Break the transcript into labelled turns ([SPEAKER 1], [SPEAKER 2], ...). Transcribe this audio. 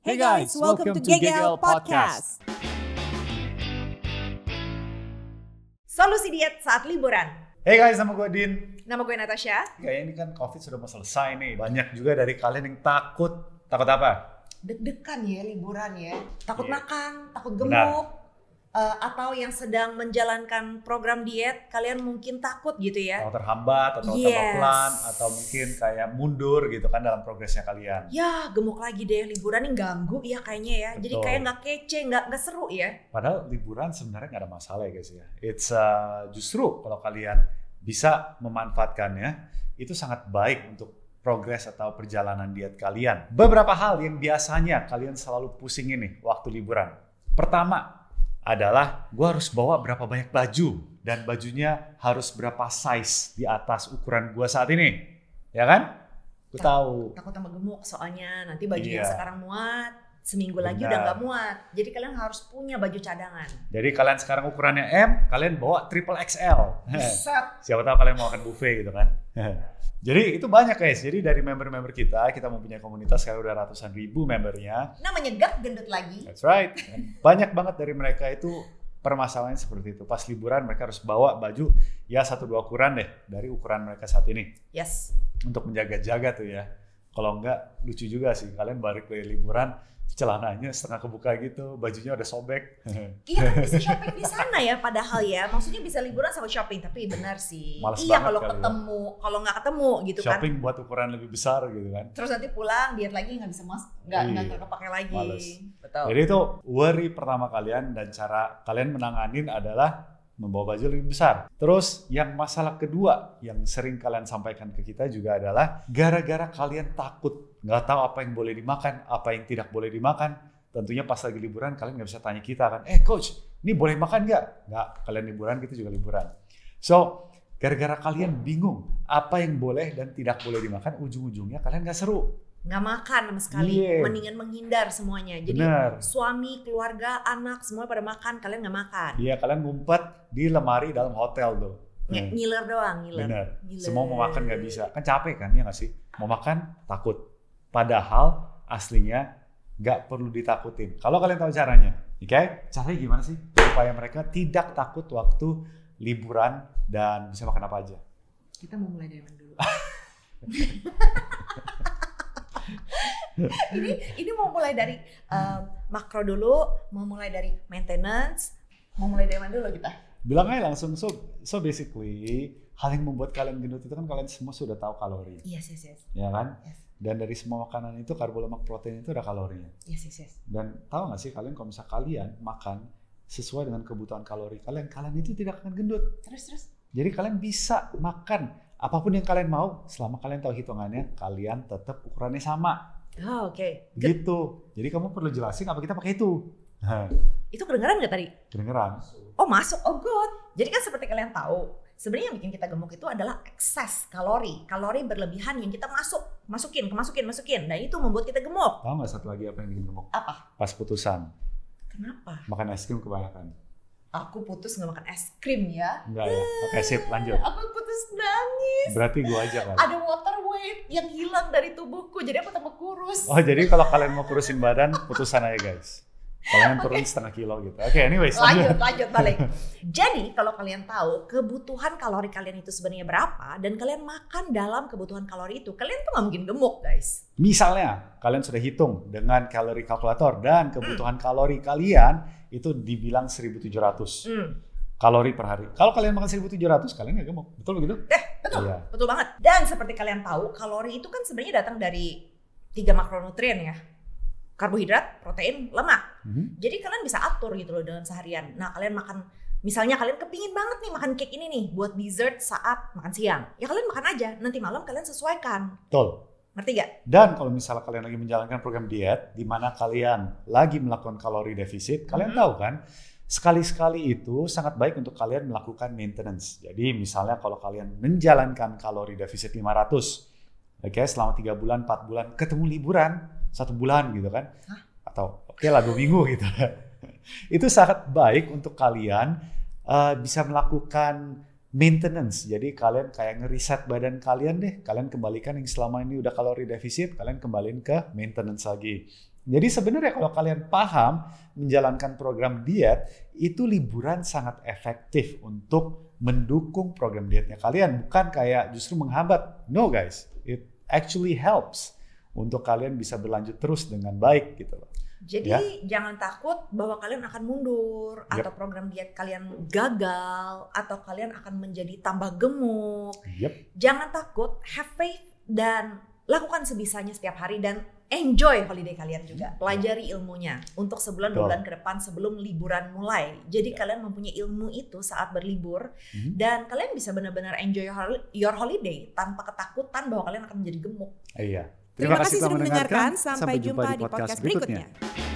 [SPEAKER 1] Hey guys, welcome, to Gig Out Podcast.
[SPEAKER 2] Solusi diet saat liburan.
[SPEAKER 3] Hey guys, nama gue Din.
[SPEAKER 2] Nama gue Natasha.
[SPEAKER 3] Kayaknya ini kan COVID sudah mau selesai nih. Banyak juga dari kalian yang takut. Takut apa?
[SPEAKER 2] Deg-degan ya liburan ya. Takut
[SPEAKER 3] Iya.
[SPEAKER 2] makan, takut gemuk. eh, atau yang sedang menjalankan program diet, kalian mungkin takut gitu
[SPEAKER 1] Oh.
[SPEAKER 2] ya.
[SPEAKER 3] Atau terhambat, atau tambah
[SPEAKER 2] Yes.
[SPEAKER 3] pelan, atau mungkin kayak mundur gitu kan dalam progresnya kalian.
[SPEAKER 2] Ya gemuk lagi deh liburan ini ganggu ya kayaknya ya. Jadi
[SPEAKER 3] Betul.
[SPEAKER 2] kayak nggak kece, nggak nggak seru ya.
[SPEAKER 3] Padahal liburan sebenarnya nggak ada masalah ya guys ya. It's uh, justru kalau kalian bisa memanfaatkannya, itu sangat baik untuk progres atau perjalanan diet kalian. Beberapa hal yang biasanya kalian selalu pusingin nih waktu liburan. Pertama adalah gue harus bawa berapa banyak baju dan bajunya harus berapa size di atas ukuran gue saat ini, ya kan? Gue tahu.
[SPEAKER 2] Takut tambah gemuk soalnya nanti baju yang
[SPEAKER 3] Iya.
[SPEAKER 2] sekarang muat seminggu lagi
[SPEAKER 3] Benar.
[SPEAKER 2] udah nggak muat. Jadi kalian harus punya baju cadangan.
[SPEAKER 3] Jadi kalian sekarang ukurannya M, kalian bawa triple XL.
[SPEAKER 2] Set.
[SPEAKER 3] siapa tahu kalian mau makan buffet gitu kan. Jadi itu banyak guys. Jadi dari member-member kita, kita mempunyai komunitas sekarang udah ratusan ribu membernya.
[SPEAKER 2] Namanya gak gendut lagi.
[SPEAKER 3] That's right. Dan banyak banget dari mereka itu permasalahan seperti itu. Pas liburan mereka harus bawa baju ya satu dua ukuran deh dari ukuran mereka saat ini
[SPEAKER 2] Yes.
[SPEAKER 3] untuk menjaga-jaga tuh ya. Kalau enggak lucu juga sih kalian balik dari liburan celananya setengah kebuka gitu, bajunya udah sobek.
[SPEAKER 2] Iya kan bisa shopping di sana ya padahal ya maksudnya bisa liburan sama shopping tapi benar sih
[SPEAKER 3] Males
[SPEAKER 2] iya
[SPEAKER 3] banget
[SPEAKER 2] kalau
[SPEAKER 3] kali ya.
[SPEAKER 2] ketemu kalau nggak ketemu gitu kan
[SPEAKER 3] Shopping buat ukuran lebih besar gitu kan.
[SPEAKER 2] terus nanti pulang diet lagi nggak bisa mas nggak nggak
[SPEAKER 3] Iya.
[SPEAKER 2] kepake lagi
[SPEAKER 3] Males.
[SPEAKER 2] betul
[SPEAKER 3] Jadi itu worry pertama kalian dan cara kalian menanganin adalah membawa baju lebih besar. Terus yang masalah kedua yang sering kalian sampaikan ke kita juga adalah gara-gara kalian takut nggak tahu apa yang boleh dimakan, apa yang tidak boleh dimakan. Tentunya pas lagi liburan kalian nggak bisa tanya kita kan, eh coach, ini boleh makan nggak? Nggak, kalian liburan kita juga liburan. So gara-gara kalian bingung apa yang boleh dan tidak boleh dimakan, ujung-ujungnya kalian nggak seru.
[SPEAKER 2] nggak makan sama sekali
[SPEAKER 3] Iya.
[SPEAKER 2] mendingan menghindar semuanya jadi
[SPEAKER 3] Benar.
[SPEAKER 2] suami keluarga anak semua pada makan kalian nggak makan
[SPEAKER 3] Iya kalian ngumpet di lemari dalam hotel tuh.
[SPEAKER 2] Nge- ngiler doang ngiler
[SPEAKER 3] Iya. Benar.
[SPEAKER 2] Ngiler.
[SPEAKER 3] Semua mau makan nggak bisa. Kan capek kan ya nggak sih? Mau makan takut. Padahal aslinya nggak perlu ditakutin. Kalau kalian tahu caranya, oke? Caranya gimana sih supaya mereka tidak takut waktu liburan dan bisa makan apa aja?
[SPEAKER 2] kita mau mulai dari mana dulu ini ini mau mulai dari um, makro dulu mau mulai dari maintenance mau mulai dari mana dulu kita
[SPEAKER 3] Bilang aja langsung. So, so basically hal yang membuat kalian gendut itu kan kalian semua sudah tahu kalori,
[SPEAKER 2] yes yes yes
[SPEAKER 3] ya kan?
[SPEAKER 2] yes
[SPEAKER 3] Dan dari semua makanan itu karbo, lemak, protein itu ada kalorinya.
[SPEAKER 2] yes yes, yes.
[SPEAKER 3] Dan tahu nggak sih kalian kalau misalnya kalian makan sesuai dengan kebutuhan kalori kalian, kalian itu tidak akan gendut.
[SPEAKER 2] terus terus
[SPEAKER 3] Jadi kalian bisa makan apapun yang kalian mau selama kalian tahu hitungannya, kalian tetap ukurannya sama.
[SPEAKER 2] oh, oke Good.
[SPEAKER 3] Gitu. Jadi kamu perlu jelasin apa kita pakai itu. Hah,
[SPEAKER 2] itu kedengeran nggak tadi
[SPEAKER 3] Kedengeran.
[SPEAKER 2] oh masuk oh good jadi kan seperti kalian tahu sebenarnya yang bikin kita gemuk itu adalah excess kalori kalori berlebihan yang kita masuk masukin masukin masukin dan itu membuat kita gemuk
[SPEAKER 3] Tahu nggak satu lagi apa yang bikin gemuk?
[SPEAKER 2] Apa?
[SPEAKER 3] Pas putusan.
[SPEAKER 2] kenapa
[SPEAKER 3] Makan es krim kebanyakan.
[SPEAKER 2] aku putus nggak makan es krim ya
[SPEAKER 3] Enggak ya? Oke, sip. Lanjut.
[SPEAKER 2] aku putus nangis
[SPEAKER 3] Berarti gua aja kan? kali.
[SPEAKER 2] ada water weight yang hilang dari tubuhku jadi aku tambah kurus
[SPEAKER 3] Oh, jadi kalau kalian mau kurusin badan, putusan aja guys. Kalian turun setengah kilo gitu. Oke, anyways.
[SPEAKER 2] lanjut lanjut balik jadi kalau kalian tahu kebutuhan kalori kalian itu sebenarnya berapa dan kalian makan dalam kebutuhan kalori itu kalian tuh nggak mungkin gemuk guys
[SPEAKER 3] Misalnya kalian sudah hitung dengan kalori kalkulator dan kebutuhan kalori kalian itu dibilang 1700
[SPEAKER 2] Hmm,
[SPEAKER 3] kalori per hari. Kalau kalian makan 1700 kalian nggak gemuk. Betul begitu?
[SPEAKER 2] Eh, betul
[SPEAKER 3] Iya.
[SPEAKER 2] betul banget dan seperti kalian tahu kalori itu kan sebenarnya datang dari tiga makronutrien ya karbohidrat protein lemak
[SPEAKER 3] Mhm.
[SPEAKER 2] Jadi kalian bisa atur gitu loh dalam seharian. Nah kalian makan, misalnya kalian kepingin banget nih makan cake ini nih buat dessert saat makan siang. Ya kalian makan aja, nanti malam kalian sesuaikan.
[SPEAKER 3] Betul.
[SPEAKER 2] Ngerti gak?
[SPEAKER 3] Dan kalau misalnya kalian lagi menjalankan program diet di mana kalian lagi melakukan kalori defisit, kalian
[SPEAKER 2] Mhm.
[SPEAKER 3] tahu kan sekali-sekali itu sangat baik untuk kalian melakukan maintenance. Jadi misalnya kalau kalian menjalankan kalori defisit 500, oke selama 3 bulan, 4 bulan, ketemu liburan satu bulan gitu kan, atau oke lah dua minggu gitu, itu sangat baik untuk kalian eh, bisa melakukan maintenance. Jadi kalian kayak ngeriset badan kalian deh. Kalian kembalikan yang selama ini udah kalori defisit, kalian kembaliin ke maintenance lagi. Jadi sebenarnya kalau kalian paham menjalankan program diet itu liburan sangat efektif untuk mendukung program dietnya kalian bukan kayak justru menghambat. No guys, it actually helps untuk kalian bisa berlanjut terus dengan baik gitu loh.
[SPEAKER 2] Jadi
[SPEAKER 3] Ya.
[SPEAKER 2] jangan takut bahwa kalian akan mundur
[SPEAKER 3] Yep.
[SPEAKER 2] atau program diet kalian gagal atau kalian akan menjadi tambah gemuk.
[SPEAKER 3] Yep.
[SPEAKER 2] Jangan takut, have faith dan lakukan sebisanya setiap hari dan enjoy holiday kalian juga. Pelajari ilmunya untuk sebulan dua
[SPEAKER 3] Betul.
[SPEAKER 2] bulan ke depan sebelum liburan mulai. Jadi kalian mempunyai ilmu itu saat berlibur
[SPEAKER 3] Mhm.
[SPEAKER 2] dan kalian bisa benar-benar enjoy your hol- your holiday tanpa ketakutan bahwa kalian akan menjadi gemuk.
[SPEAKER 3] Iya.
[SPEAKER 1] Terima kasih sudah mendengarkan. Sampai jumpa di podcast berikutnya.